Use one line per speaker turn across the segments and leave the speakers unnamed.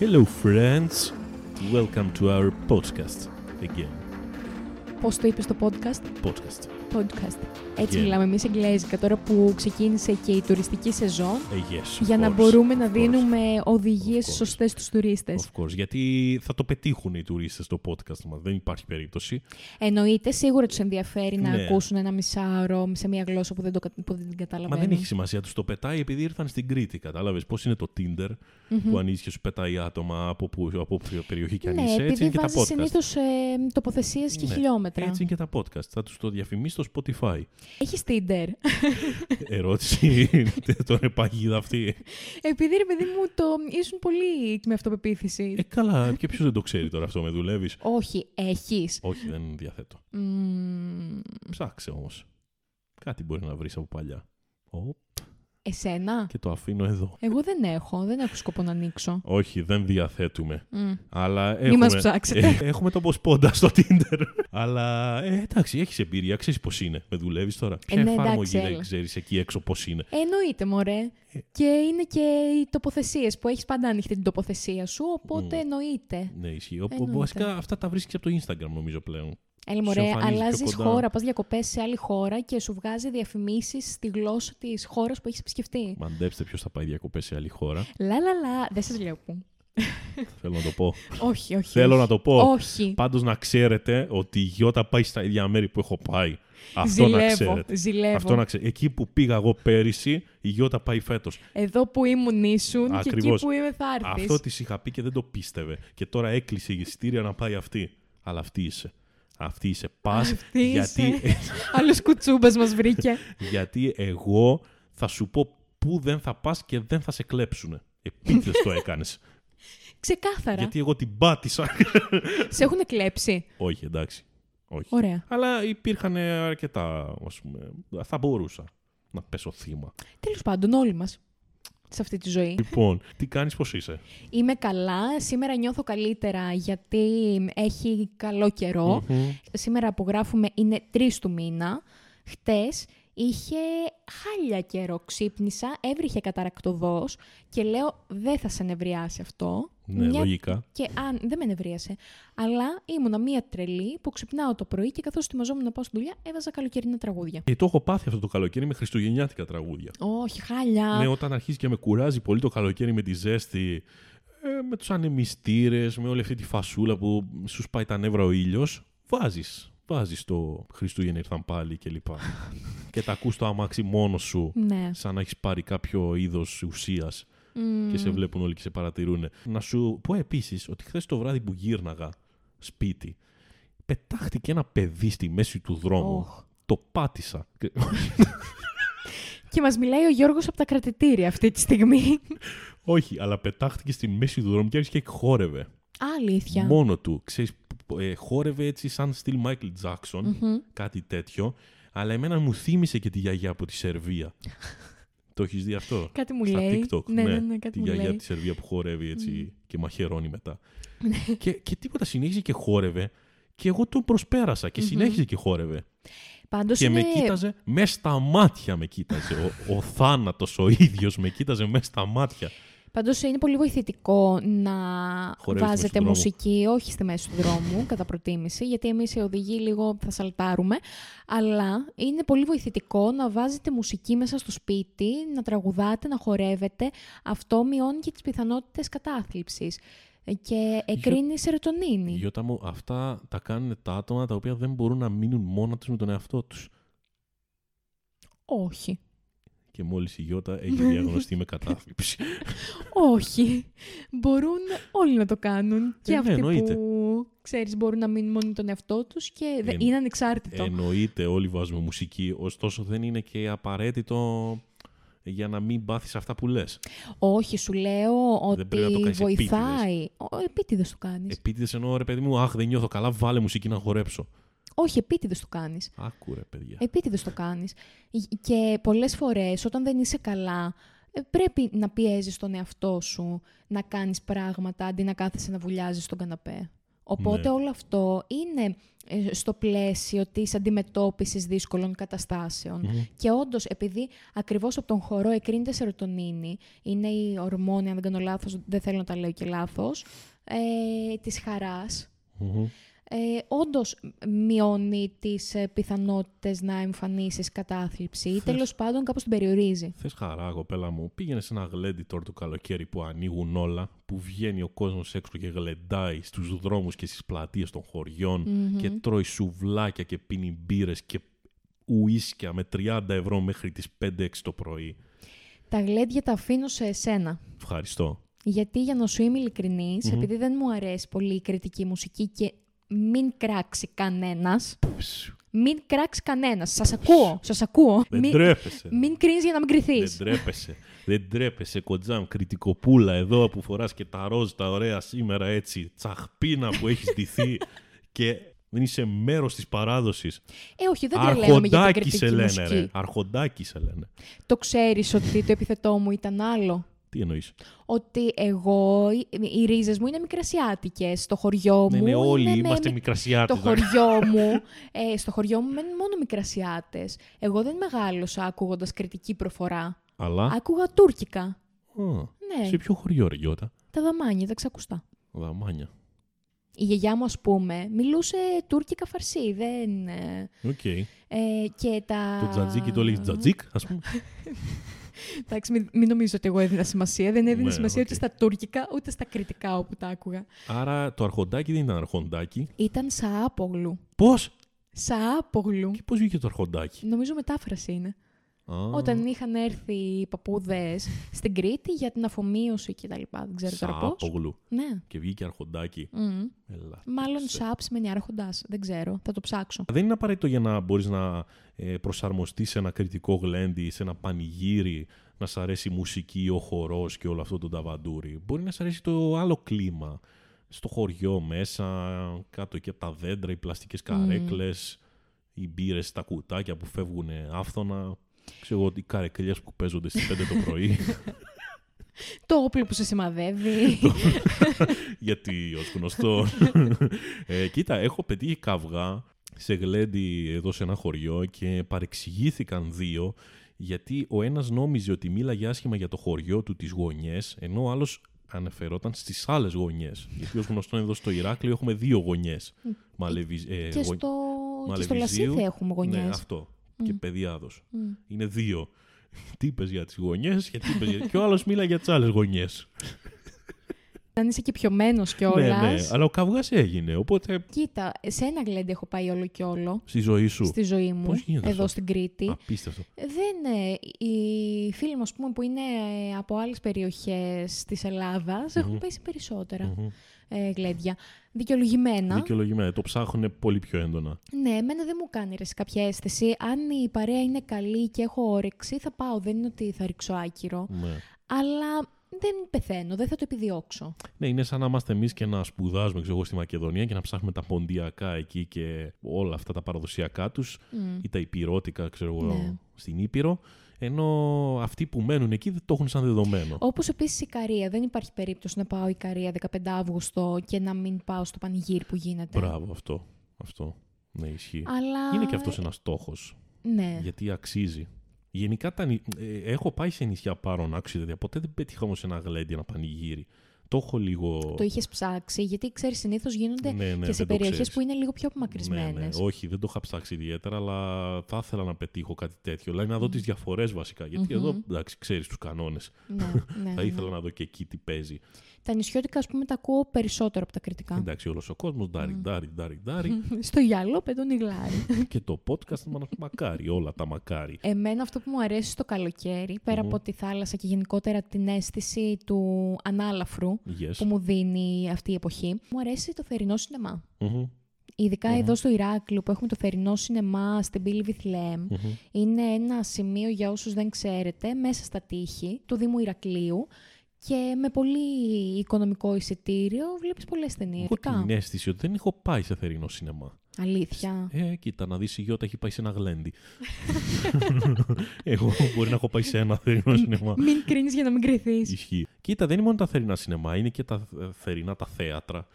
Hello, friends. Welcome to our podcast again.
Πώ το είπε το podcast,
Podcast
podcast. Έτσι
Yeah.
μιλάμε εμείς εγγλέζικα τώρα που ξεκίνησε και η τουριστική σεζόν.
Uh, yes, of
για να
course,
μπορούμε να
of course,
δίνουμε οδηγίες
Of course.
στους σωστές στους τουρίστες.
Of course, γιατί θα το πετύχουν οι τουρίστες το podcast μας. Δεν υπάρχει περίπτωση.
Εννοείται, σίγουρα τους ενδιαφέρει να
Ναι.
ακούσουν ένα μισάωρο σε μια γλώσσα που δεν, το, κα- που δεν την
Μα
καταλαβαίνουν.
δεν έχει σημασία. Τους το πετάει επειδή ήρθαν στην Κρήτη. Κατάλαβες πώς είναι το Tinder που ανοίγει και σου πετάει άτομα από, που, από ποια περιοχή κι αν
Ναι,
είσαι. Έτσι
επειδή
είναι και τα
βάζεις
podcast.
συνήθως ε, τοποθεσίες και
Ναι,
χιλιόμετρα.
Έτσι είναι και τα podcast. Θα τους το διαφημίσεις στο Spotify.
Έχεις Tinder.
Ερώτηση είναι τώρα παγίδα αυτή.
επειδή ρε παιδί μου το ήσουν πολύ με αυτοπεποίθηση.
Ε, καλά. Και ποιος δεν το ξέρει τώρα αυτό με δουλεύεις.
Όχι, έχεις.
Όχι, δεν διαθέτω. Ψάξε όμως. Κάτι μπορεί να βρεις από παλιά. Ω,
Εσένα.
και το αφήνω εδώ.
Εγώ δεν έχω, δεν έχω σκοπό να ανοίξω.
Όχι, δεν διαθέτουμε.
Μμ.
Αλλά έχουμε,
Μη μας ψάξετε.
Ε, έχουμε το ποσπόντα στο Tinder. Αλλά ε, εντάξει, έχεις εμπειρία, ξέρεις πώς είναι. Με δουλεύεις τώρα. Ποια
ναι,
εφαρμογή
εντάξει,
δεν
έλα.
ξέρεις εκεί έξω πώς είναι.
Εννοείται, μωρέ.
Ε.
Και είναι και οι τοποθεσίες που έχεις πάντα ανοιχτή την τοποθεσία σου, οπότε
Μμ.
εννοείται.
Ναι, ισχύει. Ο- ο-
Εννοείται.
Βασικά αυτά τα βρίσκεις από το Instagram νομίζω πλέον.
Έλα,
Σε
μωρέ,
εμφανίζει πιο
αλλάζει
κοντά.
χώρα, πας διακοπές σε άλλη χώρα και σου βγάζει διαφημίσεις στη γλώσσα της χώρας που έχεις επισκεφτεί.
Μαντέψτε ποιος θα πάει διακοπές σε άλλη χώρα.
Λα λα λα, δεν σας λέω που.
Θέλω να το πω.
όχι, όχι.
Θέλω
όχι.
να το πω.
Όχι.
Πάντως να ξέρετε ότι η Γιώτα πάει στα ίδια μέρη που έχω πάει. Αυτό
ζηλεύω,
να ξέρετε.
ζηλεύω.
Αυτό να ξέρετε. Εκεί που πήγα εγώ πέρυσι, η Γιώτα πάει φέτος.
Εδώ που ήμουν ήσουν και εκεί
Ακριβώς.
που είμαι θα έρθεις.
Αυτό της είχα πει και δεν το πίστευε. Και τώρα έκλεισε η εισιτήρια να πάει αυτή. Αλλά αυτή είσαι. Αυτή είσαι. Πας.
Αυτή
Γιατί, ε,
Άλλος κουτσούμπας μας βρήκε.
γιατί εγώ θα σου πω πού δεν θα πας και δεν θα σε κλέψουν. Επίτηδε το έκανες.
Ξεκάθαρα.
γιατί εγώ την πάτησα.
Σε έχουν κλέψει.
Όχι, εντάξει. Όχι.
Ωραία.
Αλλά υπήρχαν αρκετά, ας πούμε. Θα μπορούσα να πέσω θύμα.
Τέλος πάντων, όλοι μας σε αυτή τη ζωή.
λοιπόν, τι κάνεις, πώς είσαι.
Είμαι καλά. Σήμερα νιώθω καλύτερα γιατί έχει καλό καιρό.
Μμμ.
Σήμερα που γράφουμε είναι 3 του μήνα. Χτες είχε χάλια καιρό. Ξύπνησα, έβριχε καταρακτοδός και λέω δεν θα σε νευριάσει αυτό.
Ναι,
Μια-
λογικά.
Και αν δεν με νευρίασε. Αλλά ήμουνα μία τρελή που ξυπνάω το πρωί και καθώς ετοιμαζόμουν να πάω στη δουλειά, έβαζα καλοκαιρινά τραγούδια.
Και Ε, το έχω πάθει αυτό το καλοκαίρι με χριστουγεννιάτικα τραγούδια.
Όχι, χάλια.
Ναι, όταν αρχίζει και με κουράζει πολύ το καλοκαίρι με τη ζέστη, ε, με τους ανεμιστήρες, με όλη αυτή τη φασούλα που σου σπάει τα νεύρα ο ήλιος, βάζεις. Βάζεις το Χριστούγεννα ήρθαν πάλι και λοιπά. και τα ακούς το αμάξι μόνος σου,
Ναι.
σαν να έχεις πάρει κάποιο είδος ουσίας.
Μμμ.
και σε βλέπουν όλοι και σε παρατηρούν. Να σου πω επίσης ότι χθες το βράδυ που γύρναγα σπίτι, πετάχτηκε ένα παιδί στη μέση του δρόμου.
Οχ.
Το πάτησα. Και-
Και μας μιλάει ο Γιώργος από τα κρατητήρια αυτή τη στιγμή.
Όχι, αλλά πετάχτηκε στη μέση του δρόμου και άρχισε και χόρευε.
Αλήθεια.
Μόνο του. Ξέρεις, π- ε, χόρευε έτσι σαν στυλ Michael Jackson, κάτι τέτοιο. Αλλά εμένα μου θύμισε και τη γιαγιά από τη Σερβία. το έχεις δει αυτό.
Κάτι μου
Στα
λέει.
TikTok.
Ναι, ναι, ναι, κάτι
τη
μου
γιαγιά
λέει.
της Σερβίας που χορεύει έτσι και μαχαιρώνει μετά.
Ναι.
και, και τίποτα συνέχισε και χόρευε. Και εγώ τον προσπέρασα και συνέχισε και χόρευε.
Πάντως
Και
είναι...
με κοίταζε, μες στα μάτια με κοίταζε. ο, ο θάνατος ο ίδιος με κοίταζε μες στα μάτια.
Πάντως είναι πολύ βοηθητικό να
Χορεύεις στη μέση του
βάζετε
δρόμου.
μουσική όχι στη μέση του δρόμου, κατά προτίμηση, γιατί εμείς οι οδηγοί λίγο θα σαλτάρουμε, αλλά είναι πολύ βοηθητικό να βάζετε μουσική μέσα στο σπίτι, να τραγουδάτε, να χορεύετε. Αυτό μειώνει και τις πιθανότητες κατάθλιψης ε, και εκρίνει σερωτονίνη.
Γιώτα μου, αυτά τα κάνουν τα άτομα τα οποία δεν μπορούν να μείνουν μόνα τους με τον εαυτό τους.
Όχι.
Και μόλις η Γιώτα έχει διαγνωστεί με κατάθλιψη.
Όχι. Μπορούν όλοι να το κάνουν. Και
Ε, ναι,
αυτοί
εννοείται. Ε,
που, ξέρεις, μπορούν να μείνουν μόνοι τον εαυτό τους και δε-
Εν-
είναι ανεξάρτητο.
Εννοείται όλοι βάζουμε μουσική, ωστόσο δεν είναι και απαραίτητο για να μην πάθεις αυτά που λες.
Όχι, σου λέω ότι
Δεν πρέπει να το κάνεις Ε,
βοηθάει. Επίτηδες, επίτηδες το κάνεις.
Επίτηδες εννοώ ρε παιδί μου, αχ δεν νιώθω καλά, βάλε μουσική να χορέψω.
Όχι, επίτηδες το κάνεις.
Άκου ρε παιδιά.
Επίτηδες το κάνεις. Γ- Και πολλές φορές όταν δεν είσαι καλά, ε, πρέπει να πιέζεις τον εαυτό σου να κάνεις πράγματα αντί να κάθεσαι να βουλιάζεις στον καναπέ. Οπότε όλο αυτό είναι ε, στο πλαίσιο της αντιμετώπισης δύσκολων καταστάσεων.
Μμμ.
Και όντως, επειδή ακριβώς από τον χορό εκρίνεται σερωτονίνη, είναι η ορμόνη, αν δεν κάνω λάθος, δεν θέλω να τα λέω και λάθος, ε, της χαράς.
Μμμ.
Ε, όντως μειώνει τις ε, πιθανότητες να εμφανίσεις κατάθλιψη ή τέλος πάντων κάπως την περιορίζει.
Θες χαρά, κοπέλα μου. Πήγαινε σε ένα γλέντι τώρα το καλοκαίρι που ανοίγουν όλα, που βγαίνει ο κόσμος έξω και γλεντάει στους δρόμους και στις πλατείες των χωριων και τρώει σουβλάκια και πίνει μπύρες και ουίσκια με 30 ευρώ μέχρι τις 5-6 το πρωί.
Τα γλέντια τα αφήνω σε εσένα.
Ευχαριστώ.
Γιατί για να σου είμαι ειλικρινής,
Μμμ.
επειδή δεν μου αρέσει πολύ η κριτική μουσική και μην κράξει κανένας,
Ψ,
μην κράξει κανένας, σας ακούω, σας ακούω.
Δεν
μην,
τρέπεσαι.
μην κρίνεις για να μην
Δεν
κρυθείς.
τρέπεσαι. Δεν τρέπεσαι, κοντζάμ, κριτικοπούλα εδώ που φοράς και τα ροζ τα ωραία σήμερα έτσι, τσαχπίνα που έχεις ντυθεί και δεν είσαι μέρος της παράδοσης.
Ε, όχι, δεν τρελαίνομαι για την
Αρχοντάκι σε
κριτική
λένε,
μουσική.
ρε. Αρχοντάκι σε λένε.
Το ξέρεις ότι το επιθετό μου ήταν άλλο.
Τι εννοείς.
Ότι εγώ, οι, οι ρίζες μου είναι μικρασιάτικες, στο χωριό μου
Ναι, ναι, όλοι
είναι με-
είμαστε
με-
μικρασιάτες.
Το χωριό μου, ε, στο χωριό μου μένουν μόνο μικρασιάτες. Εγώ δεν μεγάλωσα ακούγοντας κριτική προφορά.
Αλλά.
Άκουγα τουρκικά.
Α,
Ναι,
Σε ποιο χωριό, ρε Γιώτα.
τα δαμάνια, τα ξακουστά.
Δαμάνια.
Η γιαγιά μου, ας πούμε, μιλούσε τουρκικά φαρσί, δεν... ε,
Οκ.
ε, και τα...
Το τζατζίκι το λέει τζατζίκ, ας πούμε.
Εντάξει, μην, μην νομίζω ότι εγώ έδινα σημασία. Δεν έδινα
Ναι,
σημασία
οκ.
ούτε στα τουρκικά, ούτε στα κριτικά όπου τα άκουγα.
Άρα το αρχοντάκι δεν ήταν αρχοντάκι.
Ήταν Σαάπογλου.
Πώς!
Σαάπογλου.
Και πώς βγήκε το αρχοντάκι.
Νομίζω μετάφραση είναι.
Α,
Όταν είχαν έρθει οι παππούδες στην Κρήτη για την αφομοίωση κτλ. Δεν ξέρω τώρα πώς.
Σάπογλου.
Ναι.
Και βγήκε αρχοντάκι.
Μμμ.
Ελάτε.
Μάλλον
σε.
σάπ σημαίνει άρχοντα. Δεν ξέρω. Θα το ψάξω.
Δεν είναι απαραίτητο για να μπορείς να ε, προσαρμοστείς σε ένα κριτικό γλέντι, σε ένα πανηγύρι, να σ' αρέσει η μουσική, ο χορός και όλο αυτό το ταβαντούρι. Μπορεί να σ' αρέσει το άλλο κλίμα. Στο χωριό μέσα, κάτω εκεί από τα δέντρα, οι πλαστικές καρέκλες, οι μπύρες στα κουτάκια που φεύγουν άφθονα. Ξέρω εγώ, οι καρεκλιές που παίζονται στις 5 το πρωί,
Το όπλο που σε σημαδεύει.
γιατί ως γνωστό. ε, κοίτα, έχω πετύχει καυγά σε γλέντι εδώ σε ένα χωριό και παρεξηγήθηκαν δύο γιατί ο ένας νόμιζε ότι μίλαγε άσχημα για το χωριό του τις γωνιές ενώ ο άλλος αναφερόταν στις άλλες γωνιές. Γιατί ως γνωστό εδώ στο Ηράκλειο έχουμε δύο γωνιές. Μαλεβι... ε,
και,
γων-
στο... Mm. και στο
Μαλεβιζίου.
Λασίθε έχουμε γωνιές.
Ναι, αυτό. Και πεδιάδος. Είναι δύο. Τι είπες για τις γωνιές και τι είπες για... και ο άλλος μίλαγε για τις άλλες γωνιές.
Αν είσαι και πιωμένος
Ναι,
κιόλα.
ναι. Αλλά ο καυγάς έγινε. Οπότε
Κοίτα, σε ένα γλέντι έχω πάει όλο και όλο
στη ζωή σου.
στη ζωή μου,
Πώς γίνεται
εδώ
αυτό?
στην Κρήτη.
Απίστευτο.
Δεν, ε, οι φίλοι μου, ας πούμε, που είναι ε, από άλλες περιοχές της ελλαδας έχουν πάει σε περισσότερα
Μμμ.
ε, γλέντια. Δικαιολογημένα.
Δικαιολογημένα. Το ψάχνουν πολύ πιο έντονα.
Ναι, εμένα δεν μου κάνει ρε, σε κάποια αίσθηση. Αν η παρέα είναι καλή και έχω όρεξη, θα πάω. Δεν είναι ότι θα ρίξω άκυρο.
Ναι.
Αλλά δεν πεθαίνω, δεν θα το επιδιώξω.
ναι, είναι σαν να είμαστε εμείς και να σπουδάζουμε ξέρω εγώ, στη Μακεδονία και να ψάχνουμε τα ποντιακά εκεί και όλα αυτά τα παραδοσιακά τους
Μμ.
ή τα υπηρώτικα, ξέρω εγώ,
Ναι.
στην Ήπειρο. Ενώ αυτοί που μένουν εκεί δεν το έχουν σαν δεδομένο.
Όπως επίσης η Καρία. Δεν υπάρχει περίπτωση να πάω η Καρία 15 Αύγουστο και να μην πάω στο πανηγύρι που γίνεται.
Μπράβο αυτό. Αυτό. Ναι, ισχύει.
Αλλά.
Είναι και αυτός ένας στόχος.
ε. Ναι.
Γιατί αξίζει. Γενικά τα νη- ε, έχω πάει σε νησιά πάρων άξιο τέτοια. Ποτέ δεν πέτυχα όμως ένα γλέντι, ένα πανηγύρι. Το έχω λίγο.
Το είχες ψάξει, γιατί ξέρεις, συνήθως γίνονται
Ναι, ναι,
και σε
δεν το
περιοχές
ξέρεις.
που είναι λίγο πιο
Ναι,
απομακρυσμένε.
ναι, όχι, δεν το είχα ψάξει ιδιαίτερα, αλλά θα ήθελα να πετύχω κάτι τέτοιο. Δηλαδή να δω τις διαφορές βασικά. Γιατί
Μμμ.
εδώ εντάξει, ξέρεις τους κανόνες.
ναι, ναι,
Θα
ναι.
ήθελα να δω και εκεί τι παίζει.
Τα νησιώτικα, ας πούμε, τα ακούω περισσότερο από τα κριτικά.
Εντάξει, όλος ο κόσμος, ντάρι, ντάρι, ντάρι, ντάρι.
Στο γυαλό πετούν οι γλάροι.
και το podcast μα μακάρι, όλα τα μακάρι.
Εμένα αυτό που μου αρέσει στο καλοκαίρι, πέρα από τη θάλασσα και γενικότερα την αίσθηση του ανάλαφρου
Yes.
που μου δίνει αυτή η εποχή, μου αρέσει το θερινό σινεμά.
Μμμ,
Ειδικά εδώ στο Ηράκλειο που έχουμε το θερινό σινεμά στην πύλη Βιθλέμ.
μμμ.
Είναι ένα σημείο για όσους δεν ξέρετε μέσα στα τείχη του Δήμου Ηρακλείου και με πολύ οικονομικό εισιτήριο βλέπεις πολλές ταινίες.
Έχω
ειδικά.
την αίσθηση ότι δεν έχω πάει σε θερινό σινεμά.
Αλήθεια.
Ε, κοίτα, να δεις η Γιώτα έχει πάει σε ένα γλέντι. Εγώ μπορεί να έχω πάει σε ένα θερινό σινεμά.
Μην κρίνεις για να μην κρυθείς.
Ισχύει. Κοίτα, δεν είναι μόνο τα θερινά σινεμά, είναι και τα ε, θερινά τα θέατρα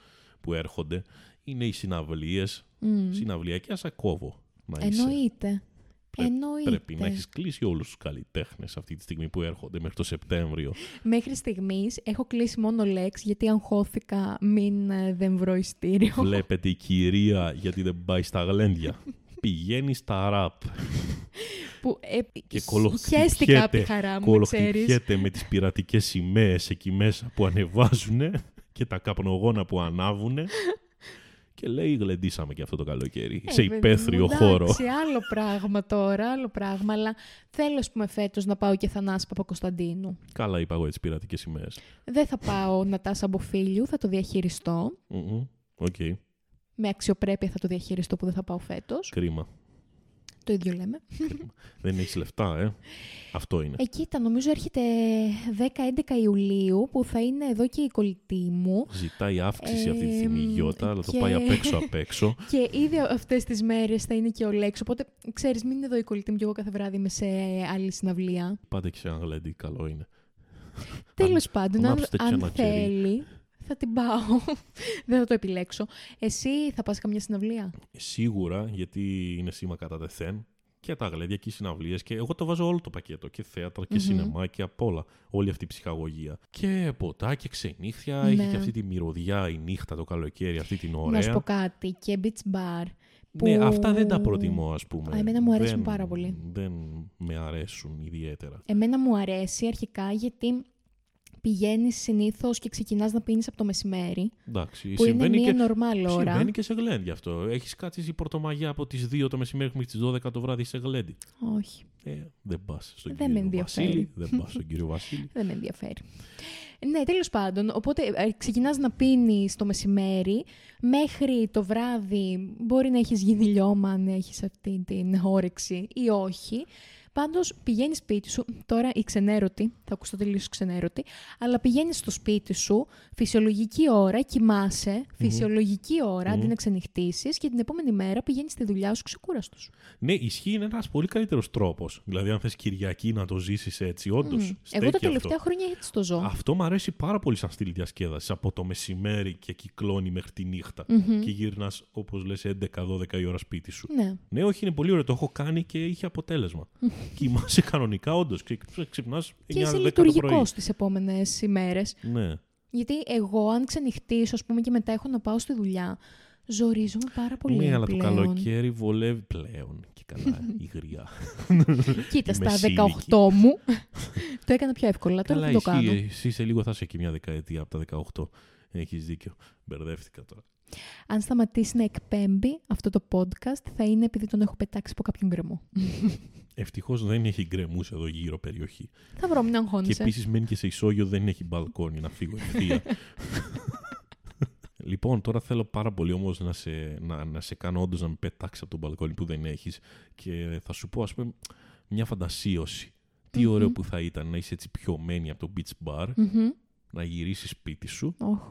που έρχονται είναι οι συναυλίες,
Μμμ.
συναυλιακή άσα κόβω. να είσαι.
Εννοείται.
Πρέ-
Εννοείται.
Πρέπει να έχεις κλείσει όλους τους καλλιτέχνες αυτή τη στιγμή που έρχονται μέχρι το Σεπτέμβριο.
Μέχρι στιγμής έχω κλείσει μόνο λέξ γιατί αγχώθηκα μην ε, δεν βρω ειστήριο.
Βλέπετε η κυρία γιατί δεν πάει στα γλέντια. Πηγαίνει στα ραπ
Που, ε,
και
σ- χαίστηκα από τη
κολοχτυπιέται,
χαρά μου, να ξέρεις. Ε,
κολοχτυπιέται με τις πειρατικές σημαίες εκεί μέσα που ανεβάζουν και τα καπνογόνα που ανάβουν και λέει γλεντήσαμε και αυτό το καλοκαίρι
Ε,
σε
παιδί μου,
υπαίθριο χώρο.
Εντάξει, άλλο πράγμα τώρα, άλλο πράγμα. Αλλά θέλω, ας πούμε, φέτος να πάω και Θανάση Παπακοσταντίνου.
Καλά είπα εγώ τις πειρατικές σημαίες.
Δεν θα πάω να τάσα από φίλου, θα το διαχειριστώ.
Μμμ. Οκ,
Με αξιοπρέπεια θα το διαχειριστώ που δεν θα πάω φέτος.
κρίμα.
Το ίδιο λέμε.
Ναι. Δεν έχεις λεφτά, ε. Αυτό είναι.
Εκεί ήταν, νομίζω έρχεται 10-11 Ιουλίου που θα είναι εδώ και η κολλητή μου.
Ζητάει αύξηση αυτή τη στιγμή η
Εμ,
Γιώτα, αλλά το
ε, και-
πάει απ' έξω απ' έξω.
Και ήδη αυτές τις μέρες θα είναι και ο Λέξ, οπότε ξέρεις μην είναι εδώ η κολλητή μου και εγώ κάθε βράδυ είμαι σε άλλη συναυλία.
Πάτε και σε ένα γλέντι, καλό είναι.
Τέλος πάντων, αν,
ανάψτε και
αν
ένα κερί.
θέλει θα την πάω. Δεν θα το επιλέξω. Εσύ θα πας καμιά συναυλία.
Ε, Σίγουρα, γιατί είναι σήμα κατά τεθέν και τα γλέντια και οι συναυλίες και εγώ το βάζω όλο το πακέτο και θέατρα και
Μμμ.
σινεμά και απ' όλα όλη αυτή η ψυχαγωγία και ποτά και ξενύχια
Ναι.
έχει και αυτή τη μυρωδιά η νύχτα το καλοκαίρι αυτή την
Να σου
ωραία
πω κάτι και beach bar.
ναι
που-
αυτά δεν τα προτιμώ ας πούμε
Α, εμένα μου αρέσουν
Δεν-
πάρα πολύ.
δεν με αρέσουν ιδιαίτερα
Εμένα μου αρέσει αρχικά γιατί πηγαίνεις συνήθως και ξεκινάς να πίνεις από το μεσημέρι.
εντάξει
Που είναι
συμβαίνει
μια
και
normal ώρα.
Συμβαίνει και σε γλέντι αυτό. Έχεις κάτσει η πρωτομαγιά από τις 2 το μεσημέρι μέχρι τις 12 το βράδυ σε γλέντι.
Όχι,
Ε, δεν πας στον
Δεν με
κύριο
ενδιαφέρει.
Βασίλη. Δεν πας στον κύριο Βασίλη.
δεν με ενδιαφέρει. Ναι, τέλος πάντων. Οπότε ε, ξεκινάς να πίνεις το μεσημέρι μέχρι το βράδυ. Μπορεί να έχεις γίνει λιώμα, αν έχεις αυτή την όρεξη ή όχι. Πάντως πηγαίνεις σπίτι σου. Τώρα η ξενέρωτη, θα ακουστώ τελείω ξενέρωτη, αλλά πηγαίνεις στο σπίτι σου, φυσιολογική ώρα, κοιμάσαι, φυσιολογική ώρα, αντί
Μμμ.
να ξενυχτήσεις και την επόμενη μέρα πηγαίνεις στη δουλειά σου ξεκούραστος.
Ναι, ισχύει είναι ένας πολύ καλύτερος τρόπος. Δηλαδή, αν θες Κυριακή να το ζήσεις έτσι, όντως.
Εγώ τα τελευταία χρόνια έτσι το ζω.
Αυτό. αυτό μου αρέσει πάρα πολύ σαν στυλ διασκέδασης. Από το μεσημέρι και κυκλώνει μέχρι τη νυχτα
Μμμ.
Και γυρνάς, όπως λες, 11-12 η ώρα σπίτι σου.
Ναι.
Ναι, όχι, είναι πολύ ωραίο. Το έχω κάνει και είχε αποτέλεσμα. Κοιμάσαι κανονικά, όντως. Ξυπνάς 9-10
Και είσαι
το
λειτουργικό
πρωί.
τις επόμενες ημέρες.
Ναι.
Γιατί εγώ, αν ξενυχτήσω, ας πούμε, και μετά έχω να πάω στη δουλειά, ζορίζομαι πάρα πολύ.
ναι, αλλά
πλέον.
το καλοκαίρι βολεύει πλέον. Και καλά, η γριά. είμαι
Κοίτα, στα
σύλλικη.
18 μου. το έκανα πιο εύκολα. Τώρα
καλά,
δεν το κάνω.
ισχύει. Εσύ σε λίγο θα είσαι και μια δεκαετία από τα 18. Έχεις δίκιο. Μπερδεύτηκα τώρα.
Αν σταματήσει να εκπέμπει αυτό το podcast, θα είναι επειδή τον έχω πετάξει από κάποιον γκρεμό.
Ευτυχώς δεν έχει γκρεμούς εδώ γύρω περιοχή.
θα βρω, μην
Και
αγχώνεσαι.
επίσης μένει και σε ισόγειο, δεν έχει μπαλκόνι να φύγω ευθεία. λοιπόν, τώρα θέλω πάρα πολύ όμως να, σε, να, να σε κάνω όντως να με πετάξεις από τον μπαλκόνι που δεν έχεις και θα σου πω, ας πούμε, μια φαντασίωση. Τι
Μμμ.
ωραίο που θα ήταν να είσαι έτσι πιωμένη από το beach bar,
Μμμ.
να γυρίσεις σπίτι σου,
Οχ.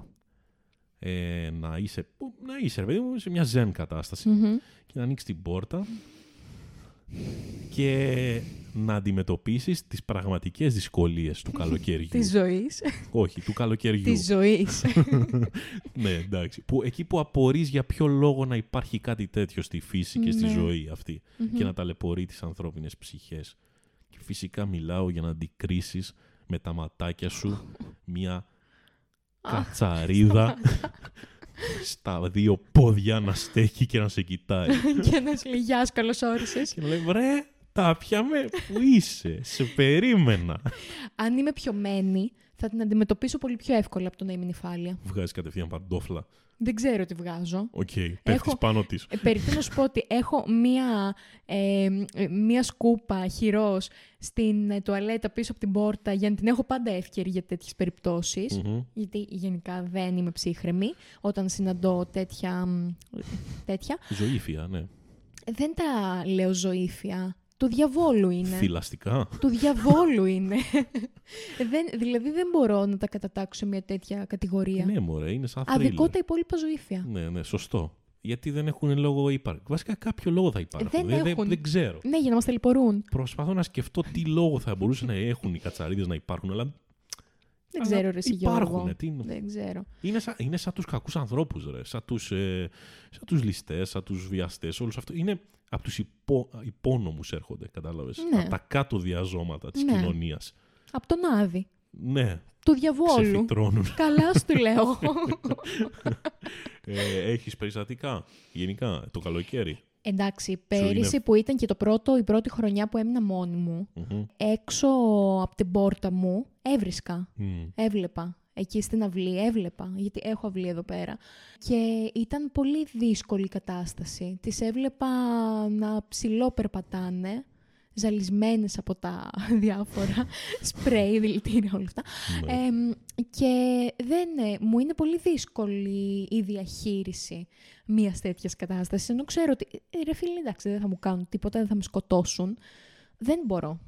ε, να είσαι, που- να είσαι, ρε παιδί μου, σε μια zen κατάσταση
Μμμ.
και να ανοίξεις την πόρτα και να αντιμετωπίσεις τις πραγματικές δυσκολίες του καλοκαιριού.
Της ζωής.
Όχι, του καλοκαιριού.
Της ζωής.
ναι, εντάξει. Που, εκεί που απορείς για ποιο λόγο να υπάρχει κάτι τέτοιο στη φύση και στη
Ναι.
ζωή αυτή και να ταλαιπωρεί τις ανθρώπινες ψυχές. Και φυσικά μιλάω για να αντικρίσεις με τα ματάκια σου μια κατσαρίδα στα δύο πόδια να στέκει και να σε κοιτάει.
και ένα λιγιά καλώς όρισες.
Και λέει, βρε, τα πιάμε, πού είσαι, σε περίμενα.
Αν είμαι πιωμένη, θα την αντιμετωπίσω πολύ πιο εύκολα από το να είμαι νυφάλια.
Βγάζει κατευθείαν παντόφλα.
Δεν ξέρω τι βγάζω.
Οκ, πέφτεις
Έχω-
πάνω της.
Ε, περί τίνος πω ότι έχω μία, ε, ε, μία σκούπα χειρός στην ε, τουαλέτα πίσω από την πόρτα για να την έχω πάντα εύκαιρη για τέτοιες περιπτώσεις.
Μμμ.
Γιατί γενικά δεν είμαι ψύχρεμη όταν συναντώ τέτοια, μ, τέτοια.
Ζωήφια, ναι.
Ε, Δεν τα λέω ζωήφια. Του διαβόλου είναι.
Θηλαστικά.
Του διαβόλου είναι. δεν, δηλαδή δεν μπορώ να τα κατατάξω σε μια τέτοια κατηγορία.
Ναι, μωρέ, είναι σαν
Αδικό
θρύλερ.
τα υπόλοιπα ζωήφια.
Ναι, ναι, σωστό. Γιατί δεν έχουν λόγο ύπαρξη. Βασικά κάποιο λόγο θα υπάρχουν.
Δεν έχουν.
δεν ξέρω.
Ναι, για να μας ταλαιπωρούν.
Προσπαθώ να σκεφτώ τι λόγο θα μπορούσε να έχουν οι κατσαρίδες να υπάρχουν, αλλά
Δεν
Αλλά
ξέρω, ρε εσύ, Γιώργο. Ναι.
υπάρχουνε, τι είναι.
Δεν ξέρω.
Είναι σαν, είναι σαν τους κακούς ανθρώπους, ρε. Σαν τους, ε, σαν τους ληστές, σαν τους βιαστές, όλους αυτό. Είναι από τους υπό, υπόνομους έρχονται, κατάλαβες.
Ναι.
Από τα κάτω διαζώματα της
Ναι.
κοινωνίας.
Από τον Άδη.
Ναι,
Του διαβόλου.
ξεφυτρώνουν.
Καλά σου του λέω.
ε, έχεις περιστατικά, γενικά, το καλοκαίρι.
Εντάξει, πέρυσι που ήταν και το πρώτο, η πρώτη χρονιά που έμεινα μόνη μου,
Μμμ.
έξω από την πόρτα μου έβρισκα.
Μμ.
Έβλεπα. Εκεί στην αυλή έβλεπα, γιατί έχω αυλή εδώ πέρα. Και ήταν πολύ δύσκολη η κατάσταση. Τις έβλεπα να ψηλόπερπατάνε, ζαλισμένες από τα διάφορα σπρέι, δηλητήρια, όλα αυτά.
Ναι.
Εμ, και δεν, ε, μου είναι πολύ δύσκολη η διαχείριση μιας τέτοιας κατάστασης. Ενώ ξέρω ότι ε, ρε φίλοι, εντάξει, δεν θα μου κάνουν τίποτα, δεν θα με σκοτώσουν. Δεν μπορώ.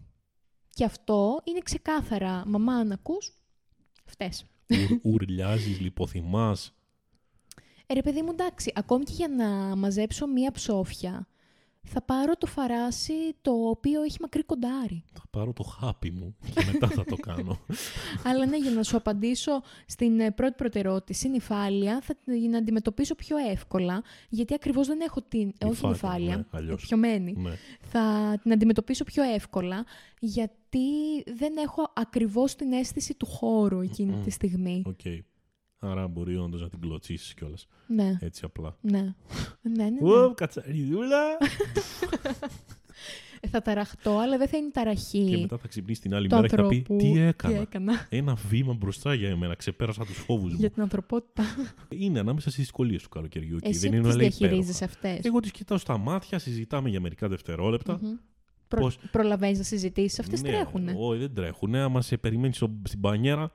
Και αυτό είναι ξεκάθαρα. Μαμά, αν ακούς, φταίς.
Ουρ- Ουρλιάζεις, λιποθυμάς.
Ε, ρε παιδί μου, εντάξει, ακόμη και για να μαζέψω μία ψόφια, θα πάρω το φαράσι το οποίο έχει μακρύ κοντάρι.
Θα πάρω το χάπι μου και μετά θα το κάνω.
Αλλά ναι, για να σου απαντήσω στην ε, πρώτη προτεραιότητα, η νυφάλια θα την ε, αντιμετωπίσω πιο εύκολα, γιατί ακριβώς δεν έχω την. ε, όχι
Νυφάλια,
νυφάλια,
ναι, αλλιώς.
πιωμένη.
ναι.
Θα την αντιμετωπίσω πιο εύκολα, γιατί δεν έχω ακριβώς την αίσθηση του χώρου εκείνη
Μμμ.
τη στιγμή.
Οκ. Άρα μπορεί όντως να την κλωτσίσεις κιόλας.
Ναι,
Έτσι απλά.
ναι. ναι, ναι, ναι.
Ωπ, κατσαριδούλα!
Ε, Θα ταραχτώ, αλλά δεν θα είναι ταραχή
και μετά θα ξυπνήσει την άλλη
του
μέρα και θα πει
ανθρώπου.
Τι έκανα.
έκανα
Ένα βήμα μπροστά για εμένα. Ξεπέρασα τους φόβους μου.
για την ανθρωπότητα.
Είναι ανάμεσα στις δυσκολίες του καλοκαιριού. και
Εσύ
δεν
τι
είναι
τις
όλα υπέροχα.
διαχειρίζεσαι αυτές.
Εγώ τις κοιτάω στα μάτια, συζητάμε για μερικά δευτερόλεπτα.
Μμμ. Προ...
Πώς-
προλαβαίνεις να συζητήσεις, αυτές
Ναι,
τρέχουνε.
Όχι, δεν τρέχουνε. Άμα σε περιμένεις στο- στην πανιέρα,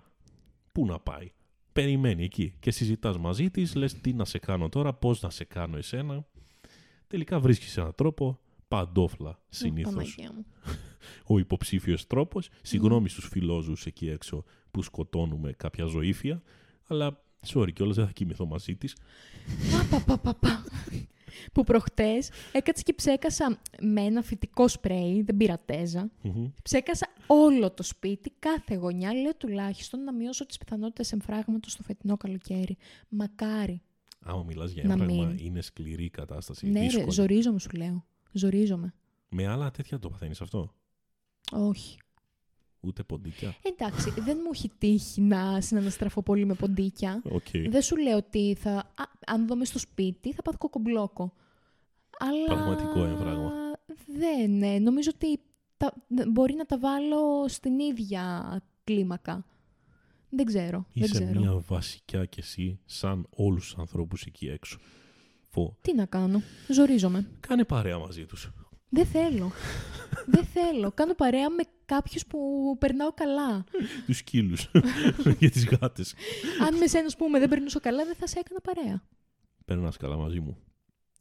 πού να πάει. Περιμένει εκεί και συζητάς μαζί της, λες τι να σε κάνω τώρα, πώς να σε κάνω εσένα. Τελικά βρίσκεις έναν τρόπο, παντόφλα συνήθως.
Παναγία μου.
Ο υποψήφιος τρόπος. Συγγνώμη στους φιλόζους εκεί έξω που σκοτώνουμε κάποια ζωήφια, αλλά sorry κιόλας δεν θα κοιμηθώ μαζί της.
Πα, πα, πα, πα, πα. που προχτές έκατσα και ψέκασα με ένα φυτικό σπρέι, δεν πήρα τέζα. Ψέκασα όλο το σπίτι, κάθε γωνιά, λέω τουλάχιστον να μειώσω τις πιθανότητες εμφράγματος στο φετινό καλοκαίρι. Μακάρι.
Άμα μιλάς για
Να
έμπραγμα,
μην.
είναι σκληρή η κατάσταση.
ναι, ρε,
δύσκολη.
ζορίζομαι σου λέω. Ζορίζομαι.
Με άλλα τέτοια το παθαίνεις αυτό.
Όχι.
Ούτε ποντίκια.
Εντάξει, δεν μου έχει τύχει να συναναστραφώ πολύ με ποντίκια.
Οκ.
Δεν σου λέω ότι θα, α, αν δω μες στο σπίτι θα πάθω κοκομπλόκο. Αλλά...
Πραγματικό έμφραγμα.
Δεν, ναι. Νομίζω ότι τα, μπορεί να τα βάλω στην ίδια κλίμακα. Δεν ξέρω, δεν
Είσαι
ξέρω.
μια βασικιά κι εσύ, σαν όλους τους ανθρώπους εκεί έξω. Φω.
Τι να κάνω, ζορίζομαι.
Κάνε παρέα μαζί τους.
Δεν θέλω. δεν θέλω. Κάνω παρέα με κάποιους που περνάω καλά.
Τους σκύλους και τις γάτες.
αν με σένα, ας πούμε, δεν περνούσα καλά, δεν θα σε έκανα παρέα.
Περνάς καλά μαζί μου.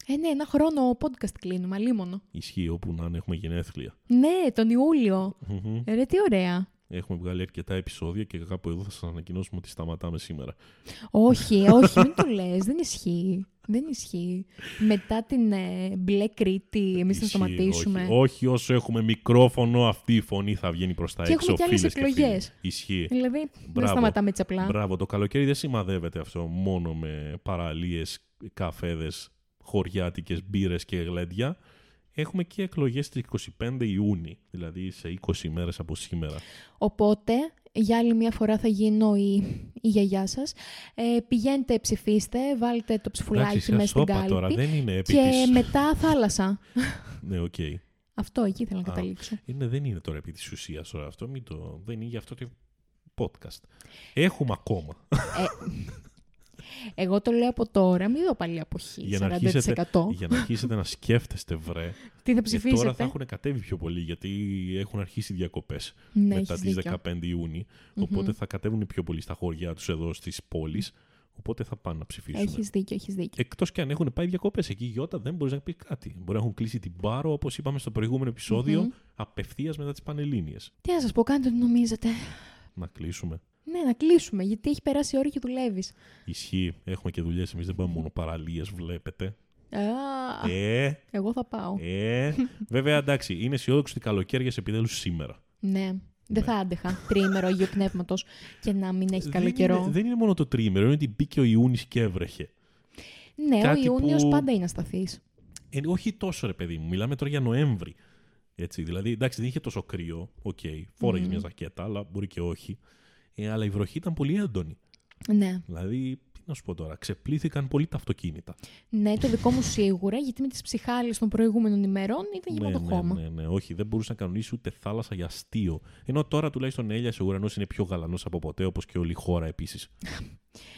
Ε, ναι, ένα χρόνο podcast κλείνουμε, αλίμονο.
Ισχύει όπου να είναι, έχουμε γενέθλια.
Ναι, τον Ιούλιο.
Μμμ.
Ε, Ρε, τι ωραία.
Έχουμε βγάλει αρκετά επεισόδια και κάπου εδώ θα σας ανακοινώσουμε ότι σταματάμε σήμερα.
Όχι, ε, όχι, μην το λες. Δεν ισχύει. Δεν ισχύει. Μετά την ε, μπλε Κρήτη, εμείς θα
Ισχύει,
σταματήσουμε.
Όχι, όχι όσο έχουμε μικρόφωνο, αυτή η φωνή θα βγαίνει προς τα
Και
έξω.
έχουμε κι
φίλες
άλλες
φίλοι.
εκλογές.
Ισχύει.
Δηλαδή, δεν
Μπράβο.
σταματάμε έτσι απλά.
Μπράβο, το καλοκαίρι δεν σημαδεύεται αυτό μόνο με παραλίες, καφέδες, χωριάτικες, μπύρες και γλέντια. Έχουμε και εκλογές στις 25 Ιούνιου, δηλαδή σε 20 μέρες από σήμερα.
Οπότε, για άλλη μια φορά θα γίνω η, η γιαγιά σας. Ε, πηγαίνετε, ψηφίστε, βάλτε το ψηφουλάκι
σε
μέσα στην
σώπα
κάλπη.
τώρα, δεν είναι επί
και
της...
μετά θάλασσα.
Ναι, οκ.
Αυτό, εκεί ήθελα να
Α.
καταλήξω.
Είναι, δεν είναι τώρα επί της ουσίας τώρα αυτό, μην το... δεν είναι για αυτό το podcast. Έχουμε ακόμα.
Εγώ το λέω από τώρα, μην δω πάλι αποχή.
Για να
40%.
αρχίσετε- για να αρχίσετε να σκέφτεστε, βρε.
Τι θα
Ε, τώρα θα
ψηφίσετε.
έχουν κατέβει πιο πολύ, γιατί έχουν αρχίσει οι διακοπές.
Ναι,
μετά
έχεις
τις
δίκιο.
15 ιουνιου Οπότε θα κατέβουν πιο πολύ στα χωριά τους εδώ στις πόλεις. Οπότε θα πάνε να ψηφίσουν.
Έχεις δίκιο, έχεις δίκιο.
Εκτός και αν έχουν πάει διακοπές εκεί, η Γιώτα δεν μπορείς να πει κάτι. Μπορεί να έχουν κλείσει την πάρο, όπως είπαμε στο προηγούμενο επεισόδιο, απευθείας μετά τις Πανελλήνιες.
Τι να σας πω, κάντε ό,τι νομίζετε.
Να κλείσουμε.
Ναι, να κλείσουμε, γιατί έχει περάσει η ώρα και δουλεύεις.
Ισχύει. Έχουμε και δουλειές εμείς, δεν πάμε μόνο παραλίες, βλέπετε. Ε,
εγώ θα πάω.
ε. Βέβαια, εντάξει, είναι αισιόδοξο ότι καλοκαίρι επιτέλους σήμερα.
Ναι. Δεν θα άντεχα τρίμερο Αγίου Πνεύματος και να μην έχει καλό
δεν
καιρό.
Είναι, δεν είναι μόνο το τρίμερο, είναι ότι μπήκε ο Ιούνις και έβρεχε.
Ναι, ο
κάτι
Ιούνιος
που-
πάντα είναι ασταθής.
Ε, όχι τόσο ρε παιδί μου, μιλάμε τώρα για Νοέμβρη. Έτσι, δηλαδή, εντάξει, δεν είχε τόσο κρύο, οκ, okay, φοραγε
Μμμ.
μια ζακέτα, αλλά μπορεί και όχι. Ε, αλλά η βροχή ήταν πολύ έντονη.
Ναι.
Δηλαδή, τι να σου πω τώρα, ξεπλήθηκαν πολύ τα αυτοκίνητα.
ναι, το δικό μου σίγουρα, γιατί με τις ψυχάλες των προηγούμενων ημερών ήταν γεμάτο
ναι,
χώμα.
ναι, ναι, ναι, όχι, δεν μπορούσε να κανονίσει ούτε θάλασσα για αστείο. Ενώ τώρα τουλάχιστον Έλια ο ουρανό είναι πιο γαλανός από ποτέ, όπως και όλη η χώρα επίσης.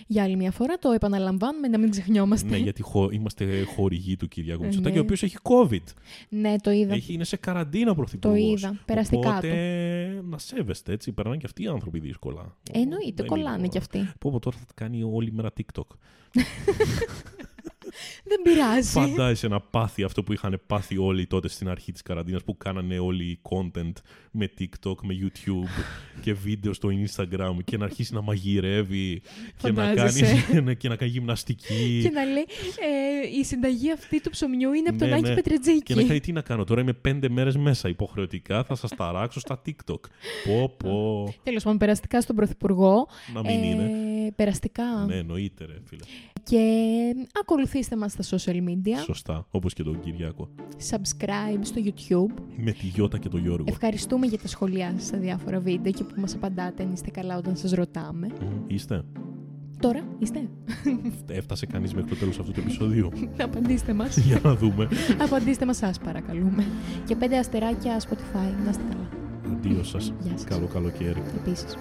Για άλλη μια φορά το επαναλαμβάνουμε να μην ξεχνιόμαστε.
ναι, γιατί χω- είμαστε χορηγοί του Κυριάκου
Ναι.
Μητσοτάκη, ο οποίος έχει COVID.
Ναι, το είδα.
Έχει, είναι σε καραντίνα ο
Το
πρωθυπουργός.
είδα. Περαστικά του.
Οπότε να σέβεστε, έτσι. Περνάνε και αυτοί οι άνθρωποι δύσκολα.
Εννοείται,
Δεν
κολλάνε
είναι-
κι αυτοί.
Πω, πω, τώρα θα κάνει όλη μέρα TikTok.
Δεν πειράζει.
Φαντάζεσαι να πάθει αυτό που είχαν πάθει όλοι τότε στην αρχή της καραντίνας που κάνανε όλοι content με TikTok, με YouTube και βίντεο στο Instagram και να αρχίσει να μαγειρεύει και να,
Φαντάζεσαι.
κάνει, και να κάνει γυμναστική.
Και να λέει ε, η συνταγή αυτή του ψωμιού είναι από τον
Ναι,
Άκη
ναι.
Πετρετζίκη.
Και να κάνει τι να κάνω τώρα, είμαι πέντε μέρες μέσα υποχρεωτικά, θα σας ταράξω στα TikTok. Πω πω,
Τέλος πάντων, περαστικά στον Πρωθυπουργό.
να μην είναι.
Ε, περαστικά.
Ναι, εννοείται ρε φίλε.
Και ακολουθήστε μας στα social media.
Σωστά, όπως και τον Κυριάκο.
Subscribe στο YouTube.
Με τη Γιώτα και τον Γιώργο.
Ευχαριστούμε για τα σχόλιά σας στα διάφορα βίντεο και που μας απαντάτε αν είστε καλά όταν σας ρωτάμε.
Μμμ, Είστε,
Τώρα είστε.
έφτασε κανείς μέχρι το τέλος αυτού του επεισοδίου.
Απαντήστε μας.
Για να δούμε.
Απαντήστε μας σας παρακαλούμε. Και πέντε αστεράκια Spotify. Να είστε καλά.
Αντίο σας.
Γεια σας.
Καλό καλοκαίρι.
Επίσης.